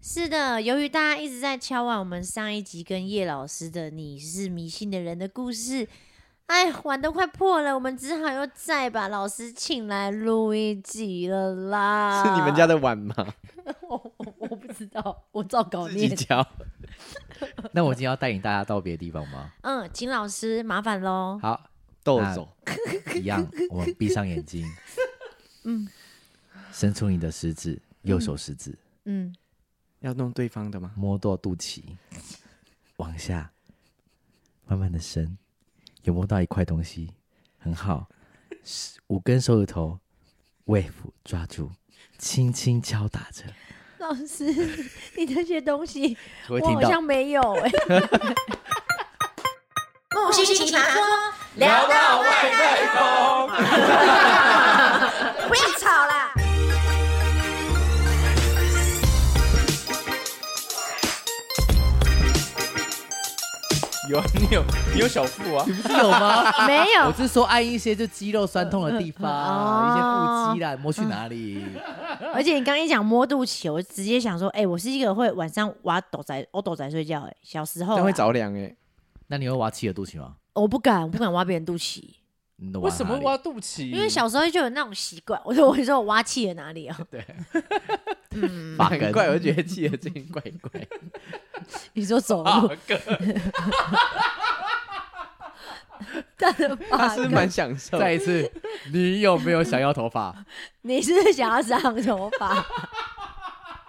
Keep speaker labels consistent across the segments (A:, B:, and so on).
A: 是的，由于大家一直在敲完我们上一集跟叶老师的《你是迷信的人》的故事，哎，碗都快破了，我们只好又再把老师请来录一集了 啦。
B: 是你们家的碗吗？
A: 我我我不知道，我照稿
B: 自己
A: 念。
B: 敲。
C: 那我今天要带领大家到别的地方吗？
A: 嗯，请老师麻烦喽。
C: 好，
B: 豆
C: 那
B: 总，
C: 一样，我们闭上眼睛，嗯，伸出你的食指，右手食指
A: 嗯，
B: 要弄对方的吗？
C: 摸到肚脐，往下，慢慢的伸，有摸到一块东西，很好，十五根手指头，wave 抓住，轻轻敲打着，
A: 老师，你这些东西
C: 我
A: 我
C: 会听
A: 好
C: 到
A: 像没有哎、
D: 木须奇葩说，
B: 聊到外太空，
D: 不要吵啦！
B: 有啊，你有你有小腹啊？
C: 是有吗？
A: 没
C: 我
A: 有。
C: 是说按一些就肌肉酸痛的地方，
A: 哦
C: 嗯一些腹肌啦，摸去哪里？
A: 而且你刚一讲摸肚脐，我直接想说，哎、我是一个会晚上挖斗仔、我斗仔睡觉、哎，小时候
B: 但会
A: 啦
B: 着凉哎，
C: 那你会挖企鹅肚脐吗？
A: 我不敢，我不敢挖别人肚脐，
C: 你都挖
E: 为什么
C: 哪里
E: 挖肚脐？
B: 嗯
A: 因为小时候就有那种习惯。 我说，我说我挖气了哪里啊？
C: 发
B: 很
C: 根？
B: 怪，我觉得记得这近怪怪。
A: 你 说走
E: 啊
A: 路，
E: 哥，
A: 但是
B: 他
A: 发
B: 是
A: 根
B: 蛮享受，
C: 再一次，你有没有想要头发？
A: 你是不是想要长头发？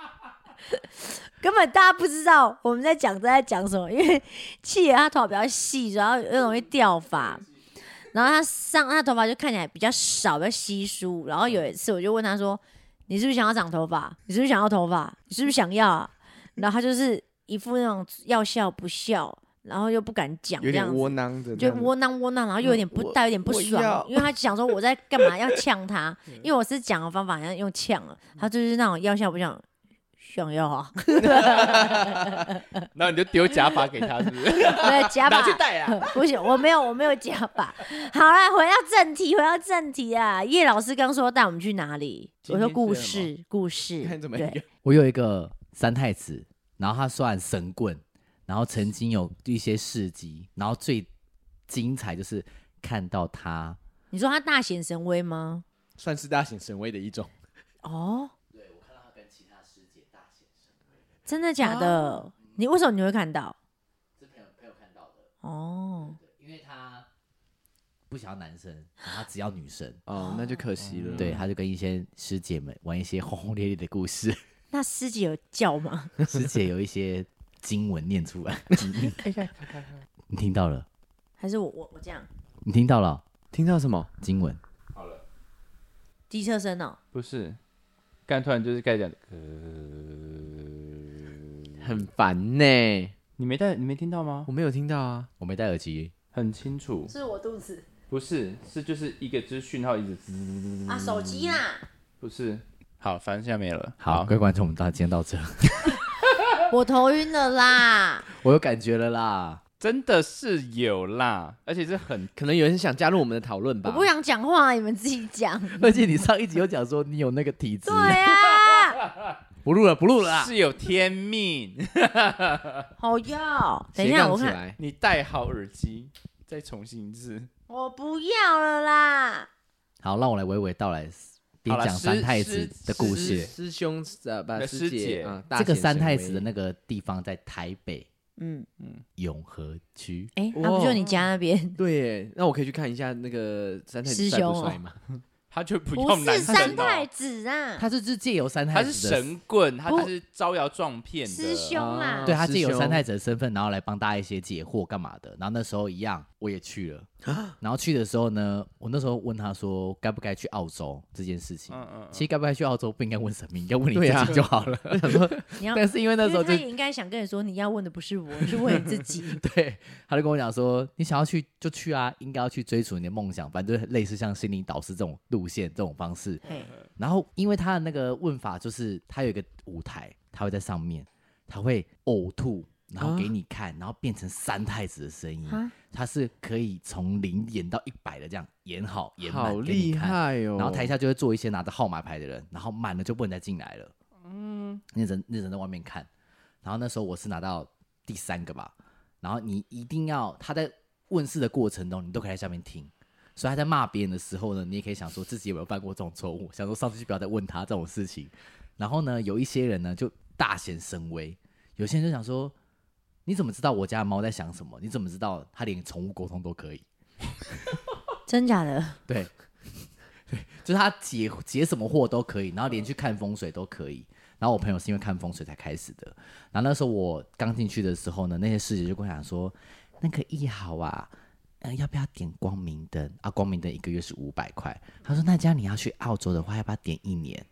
A: 根本大家不知道我们在讲在讲什么，因为企鹅它头发比较细，然后又容易掉发，然后它上它头发就看起来比较少，比较稀疏。然后有一次我就问他说：“你是不是想要长头发？你是不是想要头发？你是不是想要、啊？”然后他就是一副那种要笑不笑，然后又不敢讲这
B: 有点
A: 样子
B: 窝囊的那种，
A: 就窝囊窝囊，然后又有点
B: 嗯
A: 不
B: 我
A: 带有点不
B: 我
A: 爽
B: 要，嗯
A: 因为他想说我在干嘛要 呛他，因为我是讲的方法好像用呛了，他就是那种要笑不笑，想要 啊，
E: 然后你就丢假发给他，是不是？
A: 对 假
E: 拿
A: 发
E: 去，戴啊！
A: 不行，我没有我没有假发。好啦，回到正题，回到正题啊，叶老师刚说带我们去哪里？
B: 今
A: 我
B: 天
A: 说故
B: 是了
A: 事故事，
B: 看怎么
A: 对
B: 样，
C: 我有一个三太子，然后他算神棍，然后曾经有一些事迹，然后最精彩就是看到他，
A: 你说他大显神威吗？
B: 算是大型神威的一种。
A: 哦，对我看到他跟其他师姐大显神威，真的假
B: 啊
A: 的？你为什么你会看到？
C: 是朋友朋友看到的，
A: 哦。
C: 因为他不想要男生，然后他只要女生，
B: 哦，那就可惜了。
C: 对，，他就跟一些师姐们玩一些轰轰烈烈的故事，
A: 那师姐有叫吗？
C: 师姐有一些经文念出来，你听到了，
A: 还是我我我这样
C: 你听到了
B: 听到什么？
C: 经文。
A: 低侧身哦？
E: 不是，干突然就是该讲，呃
B: 很烦呢，
E: 你没戴，你没听到吗
B: 我？没有听到啊。
C: 我没戴耳机，
E: 很清楚，
A: 是我肚子
E: 不是，是就是一个就是讯号一直滋，
A: 啊，手机啦！
E: 不是。好，反正现在没了。
C: 好，各位观众，我们到今天到这，
A: 我头晕了啦！
C: 我有感觉了啦。
E: 真的是有啦，而且是很
B: 可能有人想加入我们的讨论吧。
A: 我不想讲话，你们自己讲。
C: 而且你上一集有讲说你有那个体 质
A: 对，啊，
C: 不录了，不录了啦。
E: 是有天命。
A: 好 要，等
B: 斜
A: 一下
B: 杠
A: 我
B: 起
A: 看，
B: 来，
E: 你戴好耳机，再重新一次。
A: 我不要了啦！
C: 好，让我来娓娓道来，边
E: 好啦
C: 讲
E: 师
C: 三太子的故
B: 师
C: 事。
B: 师兄呃，不
E: 呃
B: 师
E: 师
B: 姐
E: 姐
B: 啊，大
C: 这个
B: 显
C: 三
B: 神
C: 太
B: 威
C: 子的那个地方在台北
A: 嗯，
C: 永和区，
A: 哎，
B: 哇
A: 啊，不就你家那 边？
B: 对耶，那我可以去看一下那个三太子
A: 师
B: 帅不
A: 兄哦
B: 帅吗？
E: 他就不
A: 不
E: 用男
A: 是
E: 生
A: 三
E: 哦
A: 太子啊，
C: 他就是借由三
E: 他
C: 太
E: 是
C: 子的，
E: 神棍，他
A: 不
E: 就是招摇撞骗的
A: 师兄啦
B: 啊。
C: 对他借
B: 师
C: 由
B: 兄
C: 三太子的身份，然后来帮大家一些解惑干嘛的。然后那时候一样，我也去了。
B: 啊
C: 然后去的时候呢，我那时候问他说该不该去澳洲这件事情。
E: 嗯嗯，
C: 其实该不该去澳洲不应该问神明，应该问你
B: 对啊
C: 自己就好了。
A: 你要，
C: 但是因为那时
A: 因
C: 候
A: 为
C: 就
A: 他也应该想跟你说，你要问的不是我，是问你自 己。
C: 对，他就跟我讲说，你想要去就去啊，应该要去追逐你的梦想，反正就是类似像心灵导师这种路线、这种方式。
A: 嘿
C: 然后，因为他的那个问法就是，他有一个舞台，他会在上面，他会呕吐，然后给
B: 啊
C: 你看，然后变成三太子的声音
A: 啊，
C: 他是可以从零演到一百的这样演好演满
B: 好
C: 给你
B: 厉
C: 看
B: 害哦！
C: 然后台下就会坐一些拿着号码牌的人，然后满了就不能再进来了。嗯，认真认真在外面看。然后那时候我是拿到第三个吧，然后你一定要他在问世的过程中，你都可以在下面听。所以他在骂别人的时候呢，你也可以想说自己有没有犯过这种错误，想说上次就不要再问他这种事情。然后呢，有一些人呢就大显神威，有些人就想说，你怎么知道我家的猫在想什么？你怎么知道它连宠物沟通都可以？
A: 真假的？
C: 对， 对， 就是他解解什么货都可以，然后连去看风水都可以。然后我朋友是因为看风水才开始的。然后那时候我刚进去的时候呢，那些师姐就跟我讲说，那个一好啊，嗯、要不要点光明灯啊？光明灯一个月是五百块。他说那这样你要去澳洲的话，要不要点一年？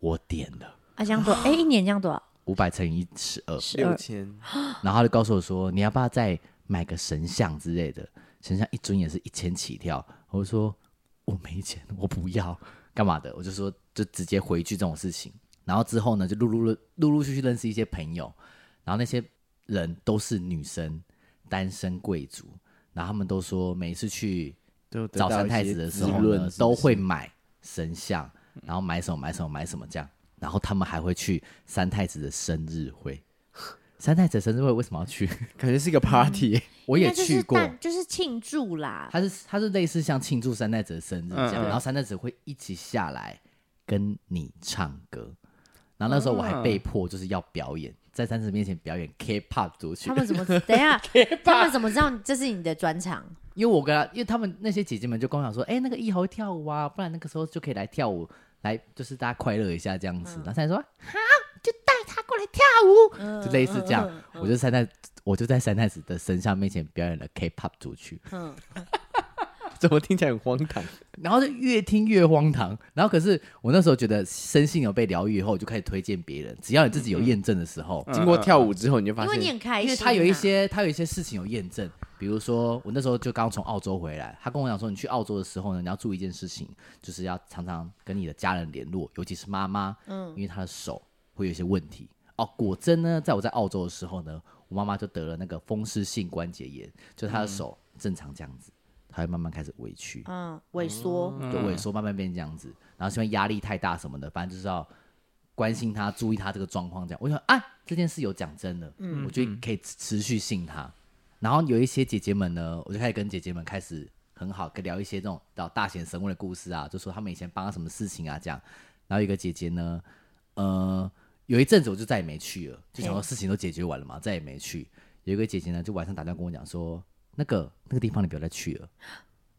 C: 我点了
A: 啊，这样多，哎，一年这样多少？
C: 五百乘以十二，
A: 十
B: 六
A: 二。
B: 千，
C: 然后他就告诉我说，你要不要再买个神像之类的？神像一尊也是一千起跳。我就说我没钱，我不要，干嘛的？我就说就直接回去这种事情。然后之后呢，就陆陆陆陆陆续续认识一些朋友，然后那些人都是女生，单身贵族，然后他们都说每次去
B: 就得
C: 早
B: 到
C: 餐
B: 一
C: 太
B: 些
C: 子的时
B: 滋
C: 候
B: 润
C: 呢
B: 是，不
C: 都
B: 是
C: 会买神像，然后买什么买什么买什么这样，然后他们还会去三太子的生日会。三太子的生日会为什么要去？
B: 感觉是一
C: 嗯
B: 个 party，
C: 我
A: 应
C: 也
A: 该就是
C: 去过，
A: 但就是庆祝啦。
C: 他是他是类似像庆祝三代子的生日这样，
E: 嗯嗯
C: 然后三代子会一起下来跟你唱歌，然后那时候我还
B: 啊
C: 被迫就是要表演，在三子面前表演 K-pop 组曲
A: 他，们怎 么？等一下，他们怎么知道这是你的专场？
C: 因为我跟他，因为他们那些姐姐们就跟我讲说，哎、那个一豪会跳舞啊，不然那个时候就可以来跳舞，来就是大家快乐一下这样子。然后三代说，好，就带他过来跳舞，就类似这样。我就三代，我就在三代子的神像面前表演了 K-pop 组曲，
A: 嗯，
B: 怎么听起来很荒唐？
C: 然后就越听越荒唐。然后可是我那时候觉得身心有被疗愈以后，我就开始推荐别人。只要你自己有验证的时候，
B: 经过跳
C: 嗯
B: 舞之后，你就发
A: 因为你
B: 现
A: 很开心啊，
C: 因为他有一些他有一些事情有验证，比如说我那时候就刚从澳洲回来，他跟我讲说，你去澳洲的时候呢，你要注意一件事情，就是要常常跟你的家人联络，尤其是妈妈，嗯，因为她的手会有一些问题。哦，果真呢，在我在澳洲的时候呢，我妈妈就得了那个风湿性关节炎，就她的手正常这样子，她会慢慢开始委屈，
A: 嗯萎缩，
C: 就萎缩，慢慢变这样子。然后是因为压力太大什么的，反正就是要关心他，注意他这个状况这样。我想，哎，这件事有讲真的，我觉得可以持持续性他。然后有一些姐姐们呢，我就开始跟姐姐们开始很好，跟聊一些这种到大显神威的故事啊，就说他们以前帮她什么事情啊这样。然后有一个姐姐呢，呃，有一阵子我就再也没去了，就想说事情都解决完了嘛，再也没去。有一个姐姐呢，就晚上打电话跟我讲说，那个那个地方你不要再去了。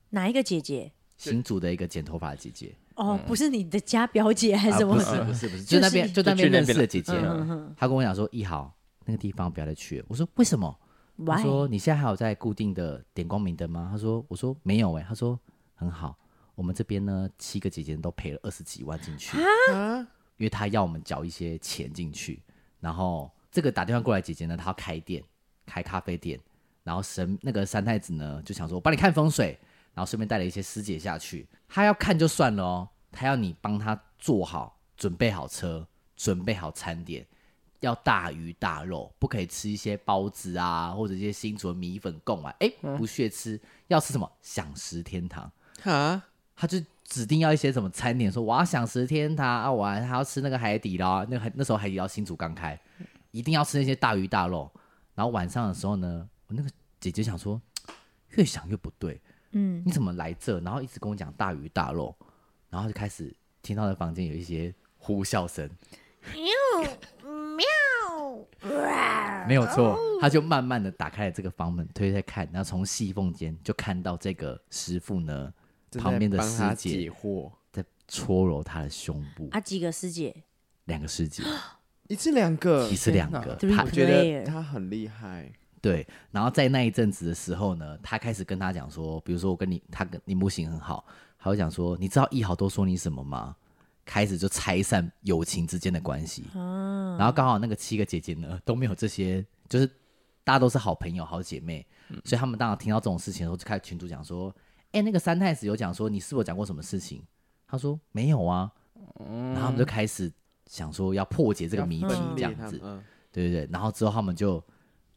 A: 哪一个姐姐？
C: 新竹的一个剪头发的姐姐，
A: 哦，不是你的家表姐还是
C: 嗯啊
A: 什么？
C: 不是不是不是，
A: 就
C: 就那
A: 是
C: 边
A: 你
C: 就那
E: 就
C: 边
E: 去那
C: 认识
E: 边
C: 的
E: 了
C: 姐姐
E: 嗯，
C: 她跟我讲说，一豪那个地方不要再去了。我说为什么？我
A: Why？
C: 说你现在还有在固定的点光明灯吗？她说我说没有哎、她说很好，我们这边呢七个姐姐都赔了二十几万进去，因为她要我们缴一些钱进去，然后这个打电话过来姐姐呢，她要开店，开咖啡店，然后神那个三太子呢就想说，我帮你看风水，然后顺便带了一些师姐下去。他要看就算了哦，他要你帮他做好，准备好车，准备好餐点，要大鱼大肉，不可以吃一些包子啊，或者一些新竹的米粉贡啊，哎，不屑吃，要吃什么？享食天堂，
B: 啊，
C: 他就指定要一些什么餐点，说我要享食天堂啊，我还还要吃那个海底捞，啊那个海那时候海底捞新竹刚开，一定要吃那些大鱼大肉。然后晚上的时候呢，我那个姐姐想说，越想越不对，
A: 嗯，
C: 你怎么来这？然后一直跟我讲大鱼大肉，然后就开始听到那房间有一些呼啸声，没有错，他就慢慢的打开了这个房门，推开看，然后从细缝间就看到这个师傅呢，
B: 正在
C: 旁边的
B: 帮他
C: 师
B: 解
C: 姐
B: 惑，
C: 在搓揉他的胸部，
A: 啊，几个师姐
C: 两个师姐，
B: 一次两个，
C: 一次两个，
A: 呃天哪
C: 他
B: 我觉得
A: Player
B: 他很厉害，
C: 对，然后在那一阵子的时候呢，他开始跟他讲说，比如说我跟你，他跟你木行很好，他会讲说，你知道一豪都说你什么吗？开始就拆散友情之间的关系。
A: 啊，
C: 然后刚好那个七个姐姐呢都没有这些，就是大家都是好朋友、好姐妹，
B: 嗯
C: 所以他们当然听到这种事情的时候，就开始群主讲说：“哎、那个三太子有讲说你是否讲过什么事情？”他说：“没有啊。”然后他们就开始想说要破解这个谜题
B: 嗯分
C: 这
B: 裂
C: 样
B: 他
C: 子
B: 们，，嗯
C: 对对对。然后之后他们就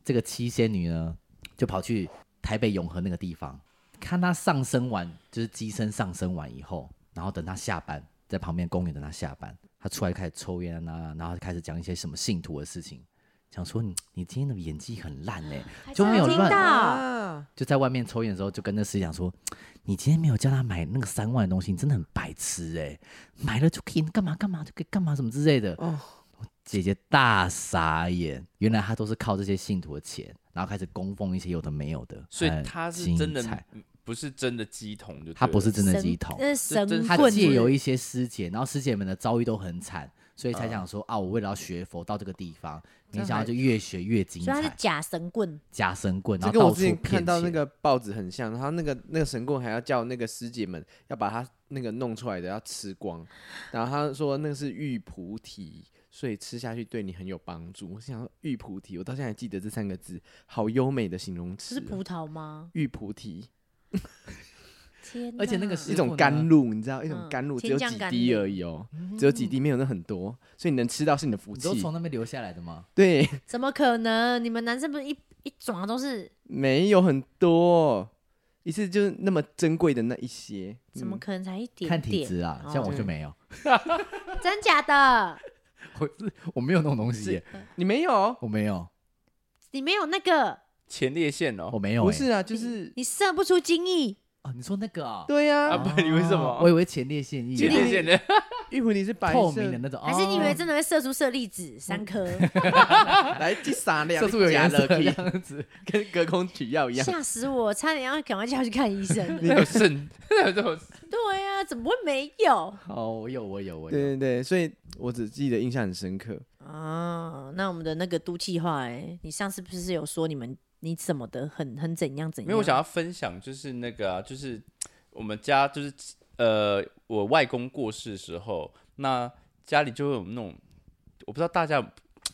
C: 这个七仙女呢，就跑去台北永和那个地方，看她上升完，就是机身上升完以后，然后等她下班，在旁边公园等她下班，他出来就开始抽烟啊，然后开始讲一些什么信徒的事情，想说你你今天的演技很烂哎、就没有
A: 听
C: 乱
A: 到
F: 啊，
C: 就在外面抽烟的时候，就跟那司机讲说：“你今天没有叫他买那个三万的东西，你真的很白痴哎、买了就可以干嘛干嘛，就可以干嘛什么之类的。”
F: 哦
C: 姐姐大傻眼，原来她都是靠这些信徒的钱，然后开始供奉一些有的没有的，
E: 所以
C: 很
E: 他是
C: 精
E: 真的
C: 彩，
E: 不是真的鸡桶就对了，
C: 她不是真的
A: 神
C: 鸡桶，
A: 那是神
E: 这这
C: 她
A: 棍子
C: 借由一些师姐，然后师姐们的遭遇都很惨，所以才想
F: 嗯
C: 说、啊，我为了要学佛到这个地方，没想到就越学越精
A: 所以他是
C: 彩，
A: 假神棍，
C: 假神棍，然
F: 这
C: 后
F: 跟我
C: 到
F: 之
C: 处
F: 前看
C: 骗
F: 到那
C: 钱。
F: 个报纸很像，然后那个那个神棍还要叫那个师姐们要把他那个弄出来的要吃光，然后他说那个是玉菩提，所以吃下去对你很有帮助。我想说玉菩提，我到现在还记得这三个字，好优美的形容
A: 这
F: 词
A: 是
F: 哦。
A: 葡萄吗？
F: 玉菩提，
A: 天哪，
C: 而且那个师
F: 一
C: 傅
F: 种
C: 呢
F: 甘露，你知道，一种
A: 嗯
F: 甘露只
A: 天
F: 有
A: 降
F: 几
A: 甘
F: 滴
A: 露嗯
F: 而已哦，只有几滴，没有那很多，所以你能吃到是你的福
C: 你
F: 气
C: 都。从那边留下来的吗？
F: 对，
A: 怎么可能？你们男生不是一一抓都是
F: 没有很多，哦一次就是那么珍贵的那一些。嗯
A: 怎么可能才一点点？
C: 嗯看体质啊，像我
F: 哦
C: 就没有，
A: 真假的？
C: 我是我没有那种东西耶，
F: 你没有？哦
C: 我没有，
A: 你没有那个，
E: 前列腺哦
C: 我。没有欸，
F: 不是啊，就是
A: 你射不出精液，
C: 哦，你说那个啊？
F: 对
E: 啊
F: 呀，
E: 不，你为什
C: 哦
E: 么？
C: 我以为前列腺液，
E: 前列腺的
F: 玉菩提是白
C: 透
F: 色
C: 明的，那种，
A: 还是你以为
C: 哦
A: 真的会射出射粒
E: 嗯
A: 子三 颗？
F: 来第三两
C: 色素有
F: 加
C: 颜
F: 了
C: 色
F: 可
C: 这
F: 以
C: 样子？
F: 跟隔空取药一样。
A: 吓死我，差点要赶快叫去看医 生了。
E: 那有肾，那有这种
A: 对啊，怎么会没有？
C: 哦，我有，我有，我
F: 对
C: 有。
F: 对对，所以我只记得印象很深刻。
A: 啊，那我们的那个都计划，哎，你上次不是有说你们你怎么的很很怎样怎样？
E: 没有，我想要分享就是那个、啊，就是我们家就是呃，我外公过世的时候，那家里就会有那种，我不知道大家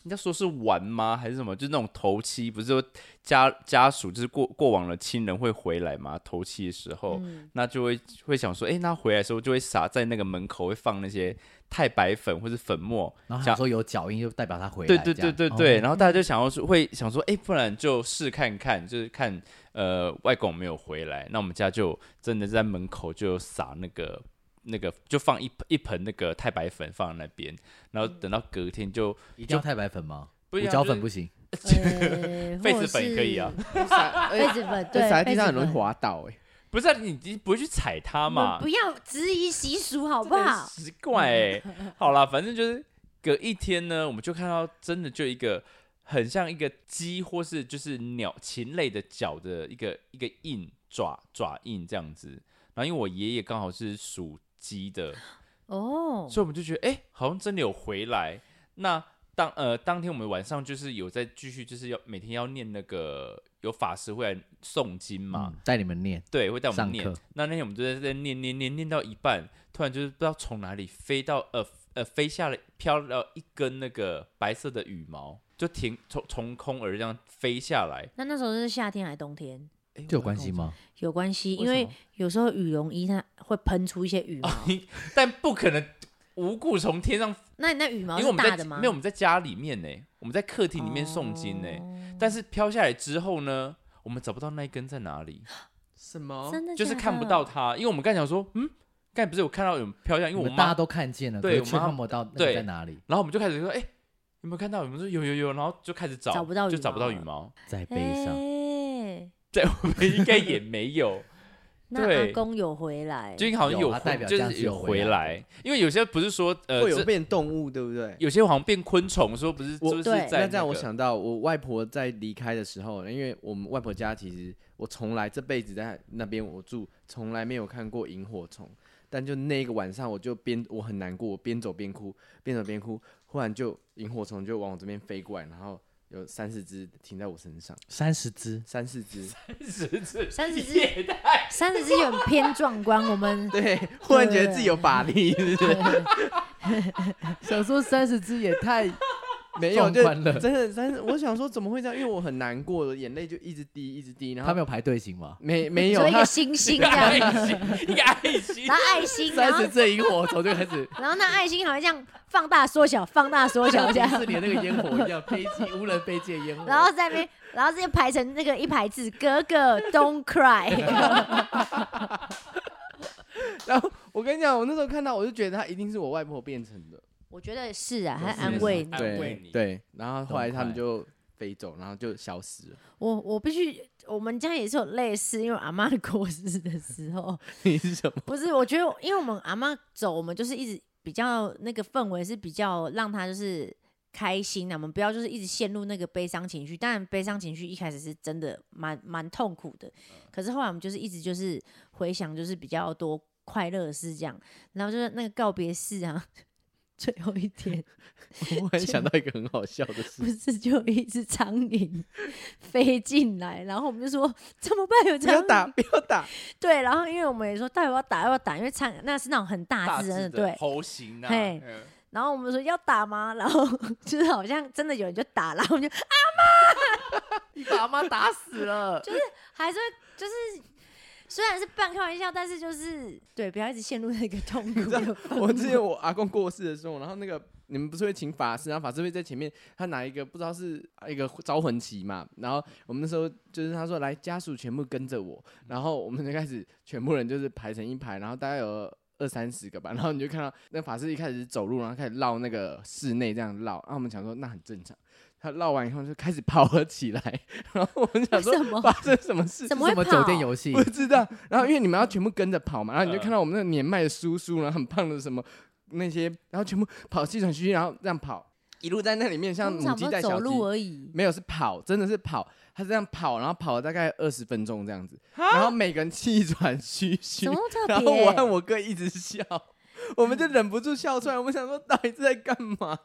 E: 人家说是玩吗，还是什么，就是那种头七，不是说家家属就是过过往的亲人会回来嘛，头七的时
A: 嗯
E: 候， 那就会会想说，哎、那回来的时候就会撒在那个门口，会放那些太白粉或是粉末，
C: 然后
E: 想
C: 想说有脚印，就代表他回来。哦
E: 对对对对对，
C: 然
E: 然后大家就想要说，会想说，哎、不然就试看看，就是看呃外公有没有回来。那我们家就真的在门口就撒那个那个，就放一一盆那个太白粉放在那边，然后等到隔天就
C: 一定要太白粉吗？
E: 不
C: 胡
E: 一样
C: 椒
E: 就是
C: 粉不行，
A: 呃，
E: 痱
A: 或
E: 子粉也可 以啊
A: 是，
F: 哎
A: 痱子粉对，
F: 这撒在地上
A: 痱
F: 很
A: 子
F: 容易
A: 粉
F: 滑倒，哎，
E: 不是、啊、你你不会去踩它
A: 我们
E: 嘛
A: 不？要质疑习俗好不
E: 很
A: 好？
E: 奇怪 哎、好啦，反正就是隔一天呢，我们就看到真的就一个很像一个鸡或是就是鸟禽类的脚的一个一个印爪爪印这样子。然后因为我爷爷刚好是属鸡的，
A: 哦，
E: 所以我们就觉得哎、诶好像真的有回来。那当呃当天我们晚上就是有在继续就是要每天要念那个有法师会来诵经嘛，
C: 嗯带你们念。
E: 对，会带我
C: 上
E: 们念
C: 课。
E: 那那天我们就在在念念念念到一半，突然就是不知道从哪里飞到呃呃飞下了飘了一根那个白色的羽毛，就停从从空而这样飞下来。
A: 那那时候是夏天还是冬天？
E: 诶
C: 这有关系？吗？
A: 有关系，
E: 为
A: 因为
E: 什么啊
A: 有时候羽绒衣它会喷出一些羽
E: 我
A: 毛
E: 刚，刚讲 但不可能无故从天上，
A: 那你那羽
E: 因
A: 毛
E: 为我
A: 是
E: 们
A: 大
E: 在
A: 的吗？
E: 没有我们在家里面呢，我们在客厅里面诵经呢。
A: 哦
E: 但是飘下来之后呢，我们找不到那一根在哪里，
F: 什么
A: 哦真的
E: 哦就是
A: 假
E: 看不
A: 的
E: 到它，因为我们刚才想说，嗯，刚才不是有看到有人飘下来，因为
C: 我
E: 我
C: 们大
E: 妈
C: 家都看见了，
E: 对
C: 可是却
E: 我妈
C: 看不到那个
E: 对
C: 在哪里。
E: 然后我们就开始说，哎、有没有看到？我们说有有有，然后就开始找，
A: 找不到
E: 就
A: 羽
E: 找不到
A: 毛
E: 羽
A: 了
E: 毛，
C: 在悲伤，
A: 哎
E: 对，我们应该也没 有，
A: 那阿
E: 对
A: 公有回来，
E: 就好像
C: 有
E: 有
C: 它
E: 回
C: 代表
E: 就
C: 这样
E: 是
C: 是有回
E: 回
C: 来
E: 来，因为有些不是说呃，
F: 会有
E: 这
F: 变动物，对不对？
E: 有些好像变昆虫，说不是
F: 我
E: 就是
A: 对
E: 在、
F: 那这样，我，想到我外婆在离开的时候，因为我们外婆家其实我从来这辈子在那边我住，从来没有看过萤火虫。但就那个晚上，我就边我很难过，我边走边哭，边走边哭。忽然就萤火虫就往我这边飞过来，然后有三四只停在我身上，
C: 三 十只，
F: 三四只。
A: 三十只，三十只有点偏壮观。我 们
F: 对，忽然觉得自己有法力，是不是？
C: 想说三十只也太……
F: 没有，就
C: 壮观了
F: 真的，但是我想说怎么会这样？因为我很难过，我眼泪就一直滴，一直滴。然
C: 他
F: 后
C: 没有排队型吗？
F: 没没有
A: 做一
F: 他
A: 个星星这
E: 爱
A: 样，
E: 心，一个爱 心
A: 然，后爱心，然
C: 三
A: 后。
C: 十只萤火虫就开始
A: 然后那爱心好像这样放大缩小，放大缩小
C: 像
A: 这
C: 迪
A: 样，
C: 士尼 那个烟 火一样，飞机无人飞机的烟火，
A: 然后在那边，然后这边排成那个一排字，哥 哥 Don't cry，
F: 然后我跟你讲，我那时候看到，我就觉得他一定是我外婆变成的，
A: 我觉得是 啊，
E: 有
A: 还
E: 是
A: 安
E: 是
A: 慰你。
E: 安慰
F: 对
E: 你
F: 对，然后后来他们
C: 快
F: 就飞走，然后就消失了。
A: 我我必须，我们家也是有类似，因为我阿妈过世的时候，
F: 你是什么？
A: 不是，我觉得，因为我们阿妈走，我们就是一直比较那个氛围是比较让她就是开心啊的，我们不要就是一直陷入那个悲伤情绪。当然，悲伤情绪一开始是真的蛮蛮痛苦的，可是后来我们就是一直就是回想，就是比较多快乐的事这样。然后就是那个告别式啊， 最后一 天
F: 我忽然想到一个很好笑的 事
A: 不，是就有一只苍蝇飞进来，然后我们就说怎么办？有
F: 不
A: 苍
F: 要
A: 蝇
F: 打，不要打，
A: 对，然后因为我们也说到底要不要打，要不要打，因为苍那是那种很大
E: 大
A: 只
E: 致
A: 的，
E: 的
A: 对，
E: 头型啊，
A: 嘿
E: 嗯
A: 然后我们说要打吗？然后 就是好像真的有人就打，然后我们就啊
E: 你把阿妈打 死了，
A: 还是会就是虽然是半开玩笑，但是就是对，不要一直陷入那个痛苦的氛围。
F: 我之前我阿公过世的时候，然后那个你们不是会请法师，然后法师会在前面，他拿一个不知道是一个招魂旗嘛，然后我们那时候就是他说来家属全部跟着我，然后我们就开始全部人就是排成一排，然后大概有。二三十个吧，然后你就看到那法师一开始是走路，然后开始绕那个室内这样绕，然后我们想说那很正常。他绕完以后就开始跑了起来， 然后我们想说
A: 为什么
F: 发生什么事？
A: 怎
F: 情？
A: 么
C: 什
A: 会
C: 么
A: 跑
C: 酒？店游戏
F: 不？知道。然后因为你们要全部跟着跑嘛，然后你就
E: 嗯
F: 看到我们那个年迈的叔叔，然后很胖的什么那些，然后全部跑气喘吁吁，然后这样跑，一路在那里面像
A: 通
F: 母
A: 常
F: 鸡
A: 不
F: 带
A: 是走
F: 小鸡。
A: 路而已，
F: 没有，是跑，真的是跑，他是这样跑，然后跑了大概二十分钟这样子，然后每个人气喘吁吁
A: 怎么，那么特
F: 然后我和
A: 别？
F: 我哥一直笑，我们就忍不住笑出来，我们想说到底是在干嘛？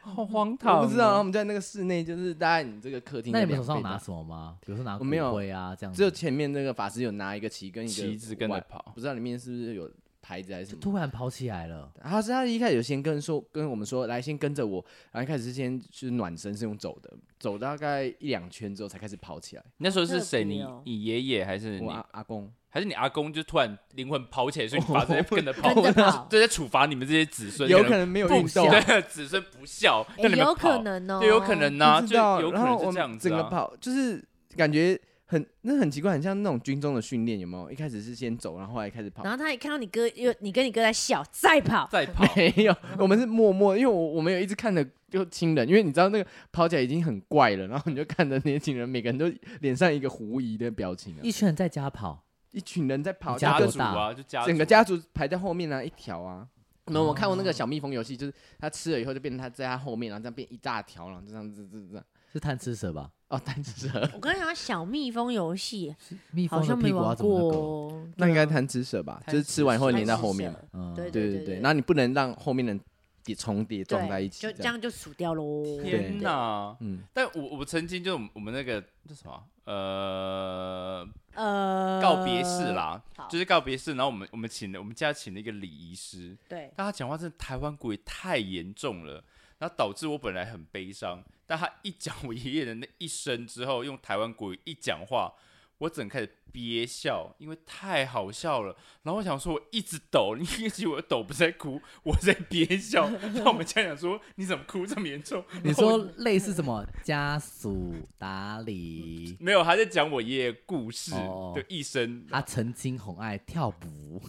E: 好荒
F: 我
E: 唐，啊
F: 不知道，然后我，们就在那个室内，就是大概你这个客厅，
C: 那你们手上有拿什么吗？比如说拿
F: 我
C: 骨
F: 没有
C: 灰啊这样子。
F: 只有前面那个法师有拿一个旗跟一个
E: 旗子跟着
F: 碗
E: 跑
F: 不知道里面是不是有牌子还是什么。
C: 突然跑起来了，
F: 然后是他一开始有先跟说跟我们说，来先跟着我，然后一开始是先就是暖身是用走的，走大概一两圈之后才开始跑起来。
E: 你那时候是
A: 特
E: 谁？
A: 别
E: 你
A: 哦
E: 你爷爷还是
F: 我
E: 你
F: 阿阿公，
E: 还是你阿公就突然灵魂跑起来，所以你把这些跟着跑，
A: 跟着 跑
E: 这些处罚你们这些子孙，
F: 有可能没有运
E: 不孝
F: 动，
E: 对，子孙不孝，
A: 哎
E: 让你们
A: 有
E: 跑
A: 可，能哦，
E: 对，有可。能呐，
F: 不知
E: 就
F: 道。
E: 有可
F: 然后
E: 能
F: 我
E: 是这
F: 们
E: 样
F: 整
E: 子
F: 个
E: 啊。
F: 跑就是感觉很那很奇怪，很像那种军中的训练，有没有？一开始是先走，然后后来开始跑
A: 然。后他一看到你哥，又你跟你哥在笑，再跑，
E: 再跑，
F: 没有，我们是默默，因为我我们有一直看着就亲人，因为你知道那个跑起来已经很怪了，然后你就看着那些亲人，每个人都脸上一个狐疑的表情啊，
C: 一群人在家跑，
F: 一群人在跑，
C: 你
F: 大
C: 家
F: 家
E: 家
C: 多
E: 族啊，就家
F: 整个
E: 族
F: 家族排在后面啊，一条啊。然后我看过那个小蜜蜂游戏，就是它吃了以后就变成它在它后面，然后这样变一大条，然后就这样子这样这样。
C: 是贪吃蛇吧？
F: 哦，贪吃蛇，
A: 我跟你讲，小蜜蜂游戏
C: 蜜
A: 好
C: 蜂的
A: 像没
C: 屁股要
A: 玩
C: 怎
A: 过
C: 么那个？
A: 哦，
F: 那应该
A: 对啊
F: 贪吃蛇吧？ 就是吃完以后粘在后面嘛。
C: 嗯，
A: 对
F: 对
A: 对
F: 对对，然后你不能让后面人叠重叠撞
A: 对
F: 在一起，
A: 就这。样就数掉喽。
E: 天哪！
F: 嗯，
E: 但我我曾经就我们那个那什么啊呃
A: 呃，
E: 告别式，啦，
A: 好
E: 就是告别式，然后我们我们请了我们家请了一个礼仪师，
A: 对，
E: 但他讲话真的台湾国语太严重了，然后导致我本来很悲伤，但他一讲我爷爷的那一生之后，用台湾国语一讲话，我整个开始憋笑，因为太好笑了。然后我想说，我一直抖，因为其实我抖不是在哭，我在憋 笑。然后我们家长说，你怎么哭这么严重？
C: 你
E: 然后
C: 说
E: 我
C: 类似什么 家属打理？
E: 没有？他在讲我爷爷故事
C: 哦
E: 的一生，
C: 他曾经红爱跳舞，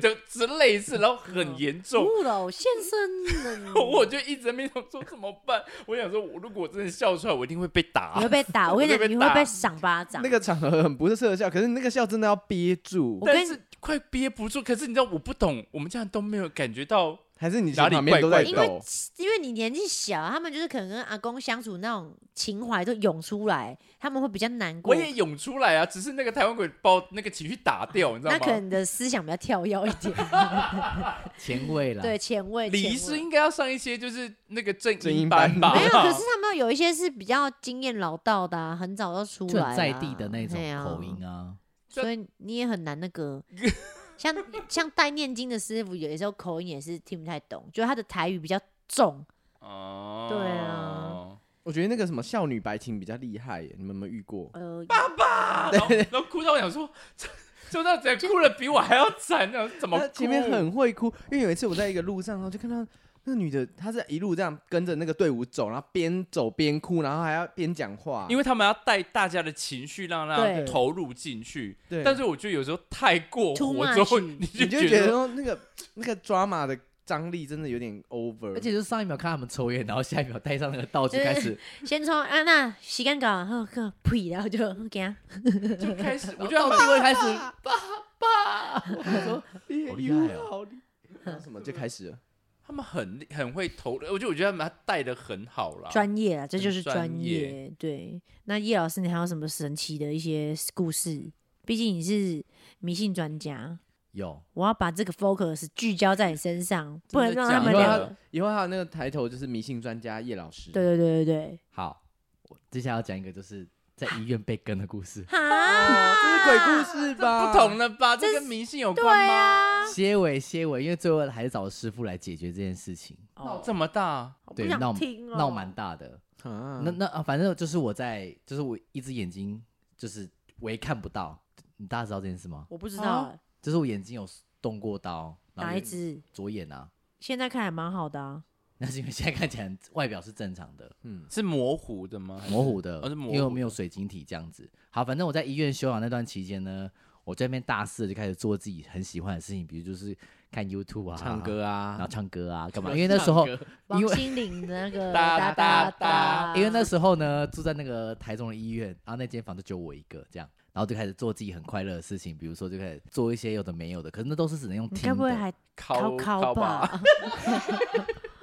E: 就之类似，然后很严重。
A: 误了先
C: 嗯
A: 生，
E: 我就一直在那边想说怎么办？我想说，我如果我真的笑出来，我一定会被打
A: 你会。被打，我跟你
E: 我会
A: 讲，
E: 被
A: 你会被
E: 打
A: 赏巴掌
F: 那。个场合很不适合笑，可是那个笑真的要憋住
A: 我，
E: 但
A: 跟
E: 是快憋不住。可是你知道，我不懂，我们家人都没有感觉到。
F: 还是你
E: 哪里
F: 旁边都在
E: 怪
A: 因为
F: 抖？
A: 因为你年纪小，他们就是可能跟阿公相处那种情怀都涌出来，他们会比较难过
E: 我。也涌出来啊，只是那个台湾鬼把我那个情绪打掉，你知道
A: 那可
E: 吗？
A: 能你的思想比较跳跃一 点，
C: 前卫啦。
A: 对，前卫。
E: 礼仪
A: 前卫
E: 师应该要上一些就是那个正
F: 正
E: 音
F: 音班
E: 吧？
A: 没有，可是他们有一些是比较经验老道的、啊，很早就出
C: 就
A: 来、
C: 很
A: 啊，
C: 在地的那种
A: 嘿啊
C: 口音啊，
A: 所以你也很难那个。像像带念经的师傅，有的时候口音也是听不太懂，就他的台语比较重。
E: 哦
A: 对啊，
F: 我觉得那个什么少女白情比较厉害耶，你们有没有遇过？
A: 呃，
E: 啊然后然后哭到我想说，这就那直接哭的比我还要惨，那怎么
F: 她
E: 哭？
F: 前面很会哭，因为有一次我在一个路上，然后就看到那女的，她是一路这样跟着那个队伍走，然后边走边哭，然后还要边讲话，为
E: 因为他们要带大家的情绪，让大
A: 对
E: 家投入进去。
F: 对
E: 但是我觉得有时候太过
A: Too
E: 火之
A: much
E: 后，你
F: 你就
E: 觉
F: 觉得说那个那个 drama 的张力真的有点 over，
C: 而且就上一秒看他们抽烟，然后下一秒带上那个道具开始，
A: 先啊从安娜洗干搞，然后个呸，然后就给他
E: 就开始，我
C: 我
E: 觉
C: 到
E: 得他们
C: 地位开始
F: 厉
C: 好厉害哦
F: 好 厉害然后什么就开始了，
E: 他们很厉很会投入，我就我觉得他们带的很好啦。
A: 专业啊，这就是
E: 专
A: 专
E: 业
A: 业。对，那叶老师，你还有什么神奇的一些故事？毕竟你是迷信专家，
C: 有
A: 我要把这个 focus 聚焦在你身上，不能
E: 真的
A: 让他
E: 假的
A: 们
F: 以后
A: 两
E: 两
A: 个。
F: 他
E: 个
F: 以后他的那个抬头就是迷信专家叶老师，
A: 对，对对对对，，
C: 好，我接下来要讲一个就是在医院被跟的故事
A: 哈，啊
F: 这是鬼故事吧？
E: 不同了吧？这跟迷信有关吗？
C: 结尾结尾，因为最后还是找师傅来解决这件事情，
E: 闹
A: 哦
E: 这么大，
C: 对，
A: 想
C: 闹
A: 听哦
C: 闹蛮大的。
F: 啊，
C: 那那啊，反正就是我在，就是我一只眼睛就是唯看不到，你大家知道这件事吗？
A: 我不知道
E: 啊
A: 欸
C: 就是我眼睛有动过刀，然后
A: 哪一
C: 就
A: 只，
C: 左眼啊，
A: 现在看还蛮好的啊。
C: 那是因为现在看起来外表是正常的，
F: 嗯
E: 是模糊的吗？
C: 模糊的，
E: 哦是模糊
C: 因为我没有水晶体这样子。好，反正我在医院休养那段期间呢，我在那边大四就开始做自己很喜欢的事情，比如就是看 YouTube 啊，
F: 唱歌
C: 然
F: 啊
C: 后，唱歌啊，干嘛？因为那时候，
A: 王
C: 因为
A: 心凌的那 个
E: 哒
A: 哒
E: 哒
A: 哒，
C: 因为那时候呢，住在那个台中的医院，然后那间房就只有我一个这样。然后就开始做自己很快乐的事情，比如说就开始做一些有的没有的，可是那都是只能用
A: 你
C: 听
A: 该不会
C: 的。
A: 还考考
E: 考吧？
A: 吧？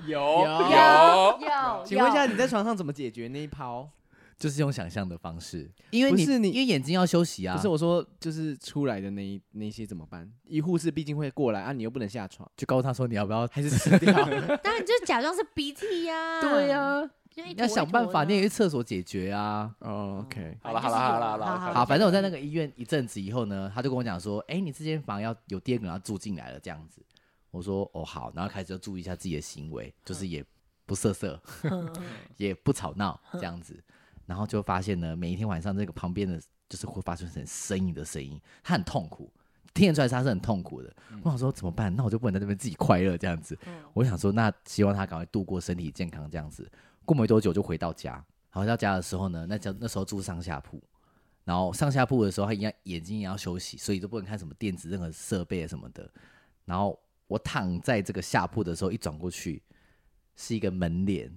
E: 有
F: 有
E: 有，
A: 有
F: 请问一下，你在床上怎么解决那一抛？
C: 就是用想象的方式，因为
F: 不
C: 你
F: 是你
C: 因为眼睛要休息啊，
F: 不是我说，就是出来的那一那些怎么办？医护士毕竟会过来啊，你又不能下床，哦
C: 就告诉他说你要不
A: 啊
C: 要，还是
F: 死掉
A: 当然你就假装是鼻涕呀。
C: 对
A: 呀，
C: 呀、你要想办法，你也去厕所解决啊。
F: 哦，OK，
E: 好了好了好了
A: 好
E: 了
A: 好
C: 好，
A: 好
E: 了，
C: 反正我在那个医院一阵子以后呢，他就跟我讲说，哎、你这间房要有第二个人要住进来了，这样子。我说哦好，然后开始就注意一下自己的行为，就是也不色色， 也不吵闹这样子。然后就发现呢，每一天晚上这个旁边的就是会发出很呻吟的声音，他很痛苦，听得出来他是很痛苦的。我想说怎么办？那我就不能在那边自己快乐这样子。我想说，那希望他赶快度过身体健康这样子。过没多久就回到家，然后到家的时候呢，那家那时候住上下铺，然后上下铺的时候他一样眼睛也要休息，所以都不能看什么电子任何设备啊什么的。然后我躺在这个下铺的时候，一转过去是一个门帘，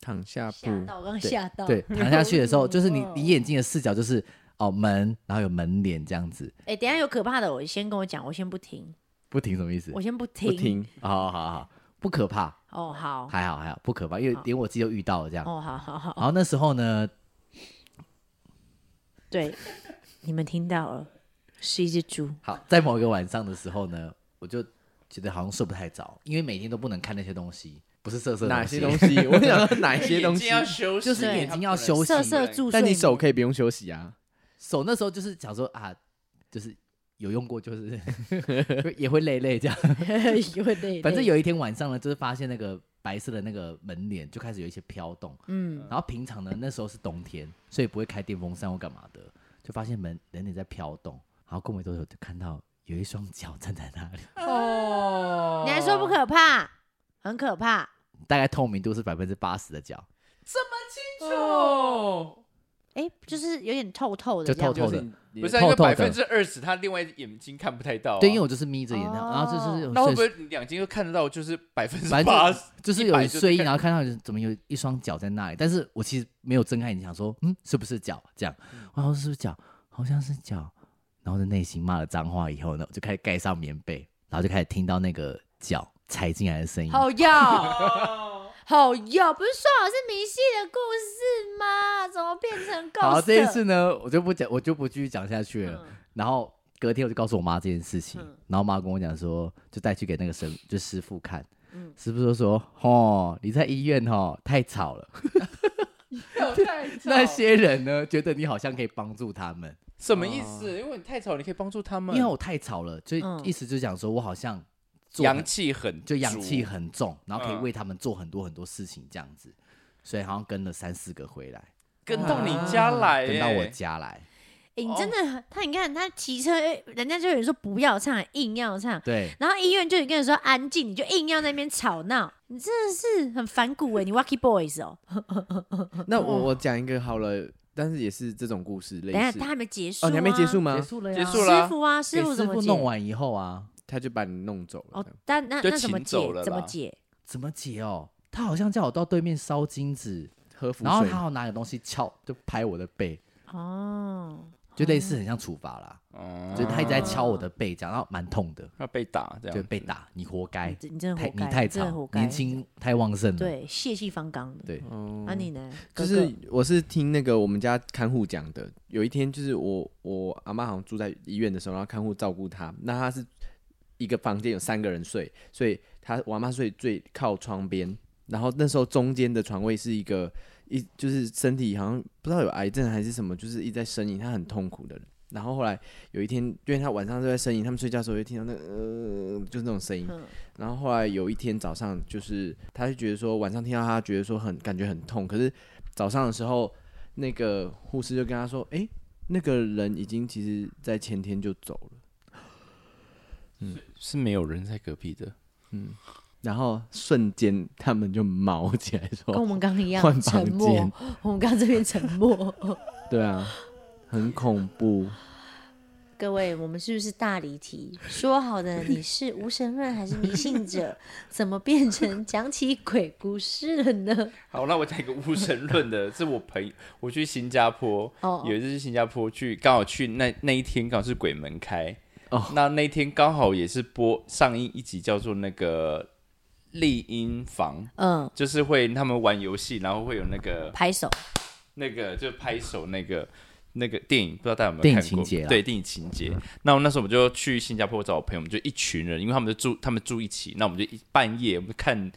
F: 躺下铺，
A: 吓到，我刚
C: 对
A: 吓到。
C: 对，躺下去的 时候，就是你
A: 哦
C: 你眼睛的视角就是哦门，然后有门帘这样子，
A: 哎，等一下有可怕的，我先跟我讲，我先不听，
C: 不停什么意思
A: 我？先不听。
F: 不听，
C: 好好好好，不可怕，
A: 哦，好，
C: 还好还好，不可怕，因为
A: 好
C: 连我自己都遇到了这样。
A: 哦，好好好，
C: 然后那时候呢，
A: 对，你们听到了，是一只猪。
C: 好，在某一个晚上的时候呢，我就觉得好像睡不太着，因为每天都不能看那些东西，不是色色的
F: 哪些东？西？我想说哪
E: 眼
F: 些
E: 睛
F: 东 西？
E: 要休息，
C: 就是眼睛要休息
A: 色色助
F: 但
A: 睡
F: 你
A: 眠
F: 手可以不用休息啊，
C: 手那时候就是想说啊，就是有用过，就是 也会累累这样。
A: 也会累，
C: 反正
A: 累
C: 有一天晚上呢，就是发现那个白色的那个门帘就开始有一些飘动，
A: 嗯，
C: 然后平常呢，那时候是冬天，所以不会开电风扇或干嘛的，就发现门人脸在飘动，然后过没多久就看到有一双脚站在那里，
E: 哦
A: 你还说不可怕，很可怕。
C: 大概透明度是百分之八十的脚，
E: 哦，
A: 哎、就是有点透透的
C: 就
A: 这样子，
C: 透透
F: 就
C: 的
F: 是你你
E: 不
F: 的
E: 是啊因为
C: 透透的
E: 百分之二十，他另外眼睛看不太到啊。
C: 对，因为我就是眯着眼，然后然后就是
A: 哦
C: 有
E: 那会
C: 睡
E: 不会两睛都看得到？就是百分之
C: 反正
E: 八
C: 就
E: 十，
C: 就是
E: 100
C: 有
E: 就是
C: 睡意，
E: 看
C: 然后看到有怎么有一双脚在那里，但是我其实没有睁开眼睛，想说，嗯，是不是脚？这样，
E: 嗯
C: 我想说是不是脚？好像是脚。然后在内心骂了脏话以后呢，我就开始盖上棉被，然后就开始听到那个脚踩进来的声音。
A: 好要，
E: 哦
A: 好要，不是说好是迷信的故事吗？怎么变成够
C: 好，
A: 色
C: 这一次呢，我就不讲，我就不继续讲下去了。
A: 嗯
C: 然后隔天我就告诉我妈这件事情，然后妈跟我讲说，就带去给那个神，就师傅看。师傅就说：“哦，你在医院哦，太吵了。 那些人呢，觉得你好像可以帮助他们，
E: 什么意思？因为你太吵，你可以帮助他
C: 因
E: 们。
C: 为我太吵了，就
A: 嗯
C: 意思就讲说我好像做
E: 阳
C: 很
E: 气很，
C: 就阳气。很重，然后可以
E: 嗯
C: 为他们做很多很多事情这样子，所以好像跟了三四个回来，
E: 跟到你家来、
C: 跟到我
E: 欸
C: 家来。
A: 哎、
E: 哦
A: 你真的很，他你看他骑车，哎人家就有人说不要唱，硬要唱。
C: 对，
A: 然后医院就有跟你说安静，你就硬要在那边吵闹，你真的是很反骨哎、你 Wacky Boys 哦。
F: 那我我讲一个好了，但是也是这种故事类
A: 等一下
F: 似
C: 哦
A: 他。还没结束、啊，
F: 哦，你还没结束？吗
C: 结？束了呀，
E: 结束了
A: 师
E: 啊
A: 傅啊，师
C: 给
A: 傅
C: 师
A: 怎么
C: 傅
A: 解
C: 弄完以后啊，
F: 他就把你弄走了
A: 哦
F: 这样。，
A: 但那
E: 就
A: 那怎么
E: 请走
A: 解？
E: 了
A: 怎么
E: 啦
A: 解？
C: 怎么解哦？他好像叫我到对面烧金子，
F: 喝符
C: 然后
F: 水
C: 他好像拿个东西敲，就拍我的背，
A: 哦，
C: 就类似很像处罚啦，
F: 哦
E: 嗯，
C: 就是他一直在敲我的背，这样，然后蛮痛的，
E: 要被打这
C: 就
E: 样。
C: 被打，你活该
A: 你，真你真的
C: 哎太
A: 活
C: 你
A: 该，
C: 太
A: 你真的活
C: 吵，
A: 该
C: 年轻太旺盛了，
A: 对血气方刚的。
C: 嗯对，
F: 哦
A: 啊，你呢？
F: 就
A: 哥
F: 是
A: 哥
F: 我是听那个我们家看护讲的，有一天就是我我阿妈好像住在医院的时候，然后看护照顾她，那她是一个房间有三个人睡，所以她我阿妈睡最靠窗边，然后那时候中间的床位是一个一就是身体好像不知道有癌症还是什么，就是一直在呻吟，她很痛苦的人。然后后来有一天，因为她晚上都在呻吟，他们睡觉的时候就听到那个呃，就是那种声音，
A: 嗯
F: 然后后来有一天早上，就是他就觉得说晚上听到他觉得说很感觉很痛，可是早上的时候，那个护士就跟他说：“诶，那个人已经其实在前天就走了。
E: 是没有人在隔壁的，”
F: 然后瞬间他们就毛起来
A: 跟我
F: 说
A: 们刚刚一：“样
F: 换
A: 沉
F: 房
A: 默，
F: 间。
A: 我们刚刚这边沉默。”
F: 对啊，很恐怖。
A: 各位，我们是不是大离题？说好的你是无神论还是迷信者，怎么变成讲起鬼故事了呢？
E: 好，那我讲一个无神论的， 是我朋友，我去新加坡，
A: 哦
E: 有一次去新加坡去，刚好去那那一天刚好是鬼门开，
F: 哦
E: 那那天刚好也是播上映一集叫做那个丽婴房，
A: 嗯，
E: 就是会他们玩游戏，然后会有那个
A: 拍手，
E: 那个就拍手那个那个电影，不知道大家有没有
C: 电
E: 看
C: 影情
E: 过？
C: 节啦啊
E: 对电影情节。那我那时候我们就去新加坡找我朋友，我们就一群人，因为他们就住他们住一起，那我们就一半夜我们看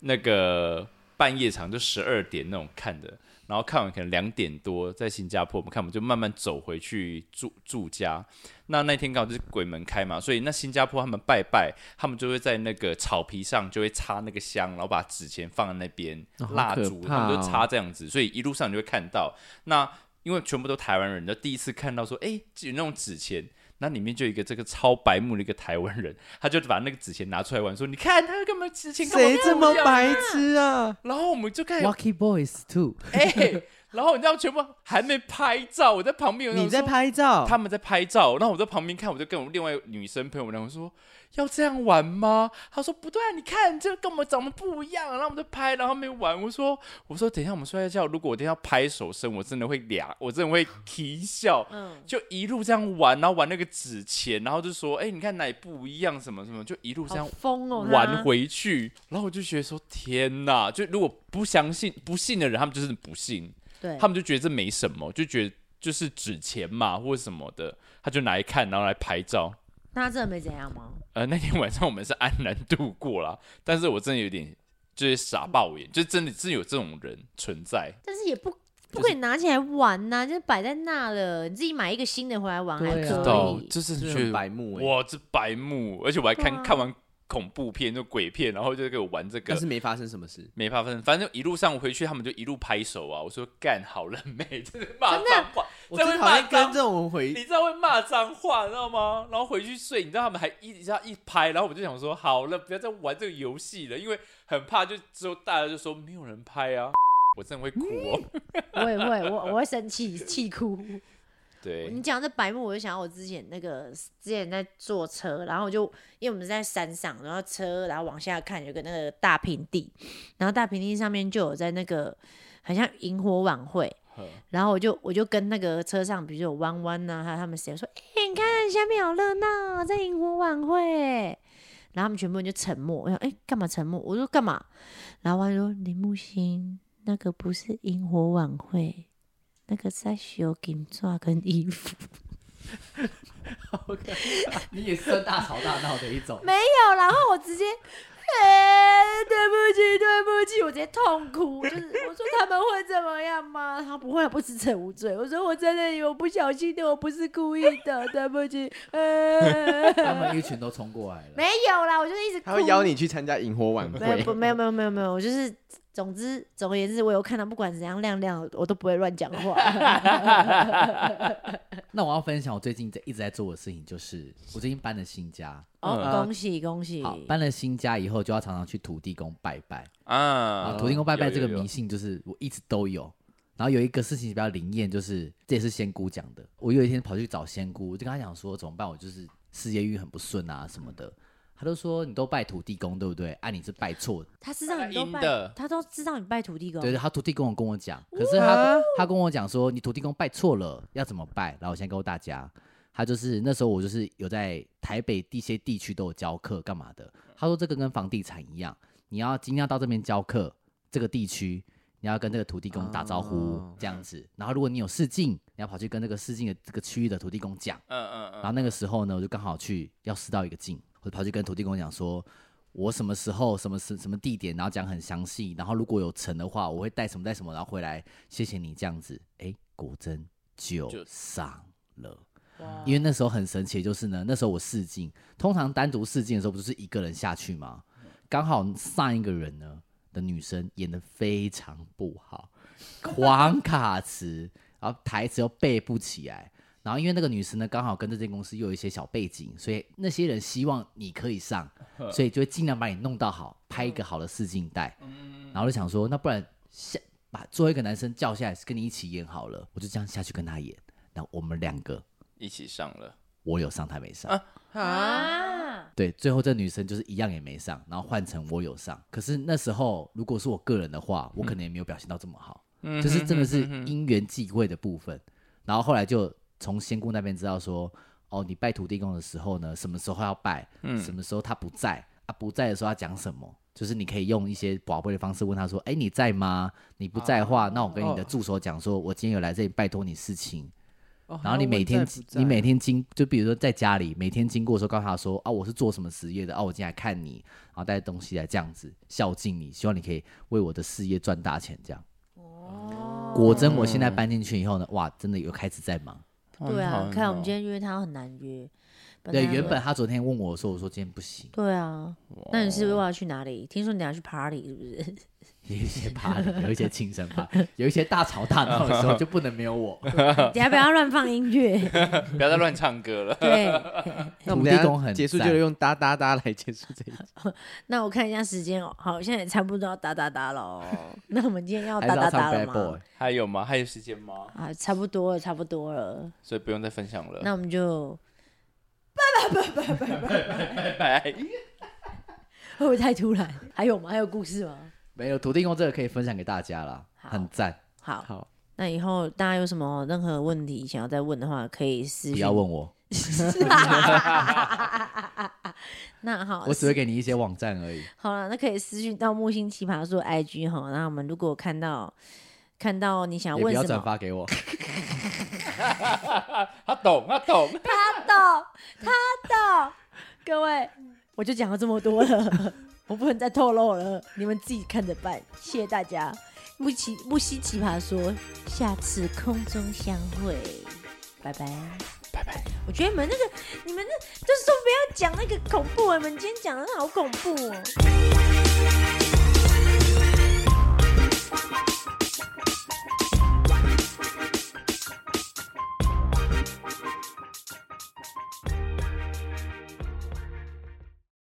E: 那个半夜场，就十二点那种看的。然后看完可能两点多，在新加坡我们看，我们就慢慢走回去住住家。那那天刚好就是鬼门开嘛，所以那新加坡他们拜拜，他们就会在那个草皮上就会插那个香，然后把纸钱放在那边，
F: 哦好
E: 蜡
F: 可
E: 烛
F: 怕
E: 他们就
F: 哦
E: 插这样子，所以一路上你就会看到。那因为全部都台湾人，就第一次看到说，哎、有那种纸钱。那里面就有一个这个超白目的一个台湾人，他就把那个纸钱拿出来玩，说：“你看他干嘛纸钱干嘛
F: 谁 这么
E: 不要
F: 白痴啊？
E: 然后我们就看，
C: ，Lucky Boys Two，
E: 哎、然后你知道全部还没拍照，我在旁边，我想
F: 你在
E: 说
F: 拍照？
E: 他们在拍照，然后我在旁边看，我就跟我另外女生朋友两个说：“要这样玩吗？”她说：“不对啊，你看这个跟我们长得不一样。”然后我们就拍，然后没玩。我说：“我说等一下我们睡觉，如果我等一下拍手声，我真的会俩，我真的会啼笑。”
A: 嗯，
E: 就一路这样玩，然后玩那个纸钱，然后就说：“哎、你看哪里不一样？什么什么？”就一路这
A: 好
E: 样
A: 疯哦，
F: 啊
E: 玩回去，然后我就觉得说：“天哪！”就如果不相信、不信的人，他们就是不信。
A: 对，
F: 嗯
E: 他们就觉得这没什么，就觉得就是纸钱嘛或者什么的，他就拿来看，然后来拍照。
A: 那他真的没怎样吗？
E: 呃，那天晚上我们是安然度过啦，但是我真的有点就是傻爆眼，就真的是有这种人存在。
A: 但是也不不可以拿起来玩呐、就是摆在那了，你自己买一个新的回来玩还可
C: 对啊
E: 知
C: 知
E: 道，
A: 以。
E: 就是
F: 就是
E: 觉
F: 很
E: 得
F: 白目哎、
E: 哇，这白目，而且我还看、
A: 对啊
E: 看完恐怖片，就鬼片，然后就给我玩这个
F: 但是。没发生什么事。
E: 没发生，反正一路上回去，他们就一路拍手啊！我说干好 了没？真是骂脏话，
F: 我
E: 这
F: 最
E: 会
F: 讨厌
E: 骂
F: 跟
E: 脏
F: 这种回
E: 你知道会骂脏话，你知道吗？然后回去睡，你知道他们还一下一拍，然后我就想说，好了，不要再玩这个游戏了，因为很怕就之后大家就说没有人拍
A: 嗯
E: 啊， 我真的会哭哦。
A: 我也会，我我会生气，气哭。你
E: 对，
A: 讲这白目，我就想到我之前那个之前在坐车，然后我就因为我们是在山上，然后车然后往下看有个那个大平地，然后大平地上面就有在那个很像萤火晚会，然后我就我就跟那个车上，比如说有弯弯呐、还有他们谁我说，哎、你看下面好热闹哦，在萤火晚会。然后他们全部人就沉默，我想，哎、干嘛沉默？我说干嘛？然后弯弯说，林木星，那个不是萤火晚会，那个是在修金抓跟衣服。
C: 你也是大吵大闹的一种，
A: 没有，然后我直接，哎、对不起，对不起，我直接痛哭， 就是我说他们会怎么样吗？他不会，不是者无罪。我说我真的，我不小心的，我不是故意的， 对不起，呃，
C: 他们一群都冲过来了，
A: 没有啦，我就是一直哭。
F: 他会邀你去参加萤火晚
A: 没有
F: 会，
A: 不没有没有没有没有，我就是总之总而言之，我有看到不管怎样亮亮，我都不会乱讲 话。
C: 那我要分享我最近在一直在做的事情，就是我最近搬了新家。
F: 嗯
A: 哦，恭喜恭喜！
C: 好，搬了新家以后就要常常去土地公拜拜啊。
E: 啊
C: 土地公拜拜这个迷
E: 名，
C: 信就是我一直都有。然后有一个事情比较灵验，就是这也是仙姑讲的。我有一天跑去找仙姑，我就跟她讲说怎么办，我就是事业运很不顺啊什么的。他都说你都拜土地公对不对？啊，你是拜错的，
A: 他知道你都
E: 他
A: 拜
E: 赢的，
A: 他都知道你拜土地公
C: 对。对，他土地公有跟我讲，可是他、他跟我讲说你土地公拜错了，要怎么拜？然后我先告诉大家，他就是那时候我就是有在台北一些地区都有教课干嘛的。他说这个跟房地产一样，你要今天要到这边教课，这个地区你要跟这个土地公打招呼、
F: 哦
C: 这样子。然后如果你有试镜，你要跑去跟这个试镜的这个区域的土地公讲。
E: 嗯嗯
C: 然后
E: 嗯，
C: 那个时候呢，我就刚好去要试到一个镜，我就跑去跟土地公讲说，我什么时候、什么时、什么地点，然后讲很详细，然后如果有成的话，我会带什么带什么，然后回来谢谢你这样子。哎，果真就
E: 就
C: 上了。因为那时候很神奇，就是呢，那时候我试镜，通常单独试镜的时候不就是一个人下去吗？刚好上一个人呢的女生演的非常不好，狂卡词，然后台词又背不起来。然后因为那个女生呢，刚好跟这间公司又有一些小背景，所以那些人希望你可以上，所以就会尽量把你弄到好，拍一个好的试镜带。然后就想说，那不然下把最后一个男生叫下来跟你一起演好了，我就这样下去跟他演。那我们两个，
E: 一起上了，
C: 我有上，他没上。
A: 啊，
C: 对，最后这女生就是一样也没上，然后换成我有上。可是那时候如果是我个人的话，我可能也没有表现到这么好，就是真的是因缘际会的部分。然后后来就从仙姑那边知道说，哦，你拜土地公的时候呢，什么时候要拜，什么时候他不在啊，不在的时候要讲什么。就是你可以用一些宝贝的方式问他说：“哎、你在吗？你不在的话，那我跟你的助手讲说，我今天有来这里拜托你事情，
F: 哦
C: 然后你每天你每
F: 天
C: 天经就比如说在家里每天经过的时候，告诉他说啊，我是做什么职业的啊，我今天来看你，然后带东西来这样子孝敬你，希望你可以为我的事业赚大钱这样。果真我现在搬进去以后呢，哇，真的有开始在忙。
A: 对啊，看我们今
E: 天
A: 天约他很难约。
C: 对，
A: 来
C: 原本他昨天问我说，我说今天不行，
A: 对啊，那你是不是要去哪里？听说你要去 party 是不 是？
C: 有一些怕，有一些轻生怕，有一些大吵大闹的时候就不能没有 我。
A: 等一下不要乱放音乐。。
E: 不要再乱唱歌了
A: 对，
F: 那我们等
C: 土地
F: 一下
C: 公很
F: 结束就
C: 赞
F: 用哒哒哒来结束这一集。
A: 那我看一下时间哦，好，现在也差不多要哒哒哒喽。那我们今天要
C: 还
A: 哒
C: 是
A: 哒
C: 要
A: 哒
C: 唱
A: 了
C: Bad
A: 吗
C: Boy？？
E: 还有吗？还有时间吗？
A: 啊，差不多了，差不多了。
E: 所以不用再分享
C: 呃
E: 了。
A: 那我们就
E: 拜拜。
A: 会不会太突然？还有吗？还有故事吗？
C: 没有土地公这个可以分享给大家啦，
A: 好
C: 很赞，
A: 好，
F: 好，
A: 那以后大家有什么任何问题想要再问的话，可以私
C: 不
A: 信
C: 要。问我，
A: 那好，
C: 我只会给你一些网站而已。
A: 好了，那可以私信到木星奇葩说 IG 哈。那我们如果看到看到你想
C: 也不
A: 啊问
C: 要
A: 什
C: 转
A: 么，
C: 发给我。
E: 他懂，他懂。
A: 他懂，他懂，各位，我就讲了这么多了， 我不能再透露了，你们自己看着办。谢谢大家，木奇木西奇葩说，下次空中相会，拜拜，拜拜。我觉得你们那个，你欸们那就是说不要讲那个恐怖，你们今天讲的好恐怖哦。